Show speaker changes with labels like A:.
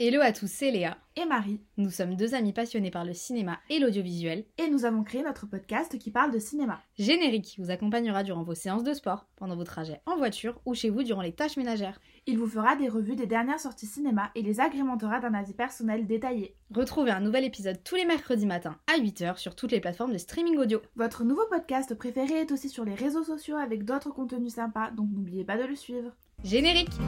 A: Hello à tous, c'est Léa.
B: et Marie,
A: Nous sommes deux amis passionnés par le cinéma et l'audiovisuel.
B: et nous avons créé notre podcast qui parle de cinéma.
A: Générique qui vous accompagnera durant vos séances de sport, pendant vos trajets en voiture ou chez vous durant les tâches ménagères.
B: Il vous fera des revues des dernières sorties cinéma et les agrémentera d'un avis personnel détaillé.
A: Retrouvez un nouvel épisode tous les mercredis matins à 8h sur toutes les plateformes de streaming audio.
B: Votre nouveau podcast préféré est aussi sur les réseaux sociaux avec d'autres contenus sympas, donc n'oubliez pas de le suivre.
A: Générique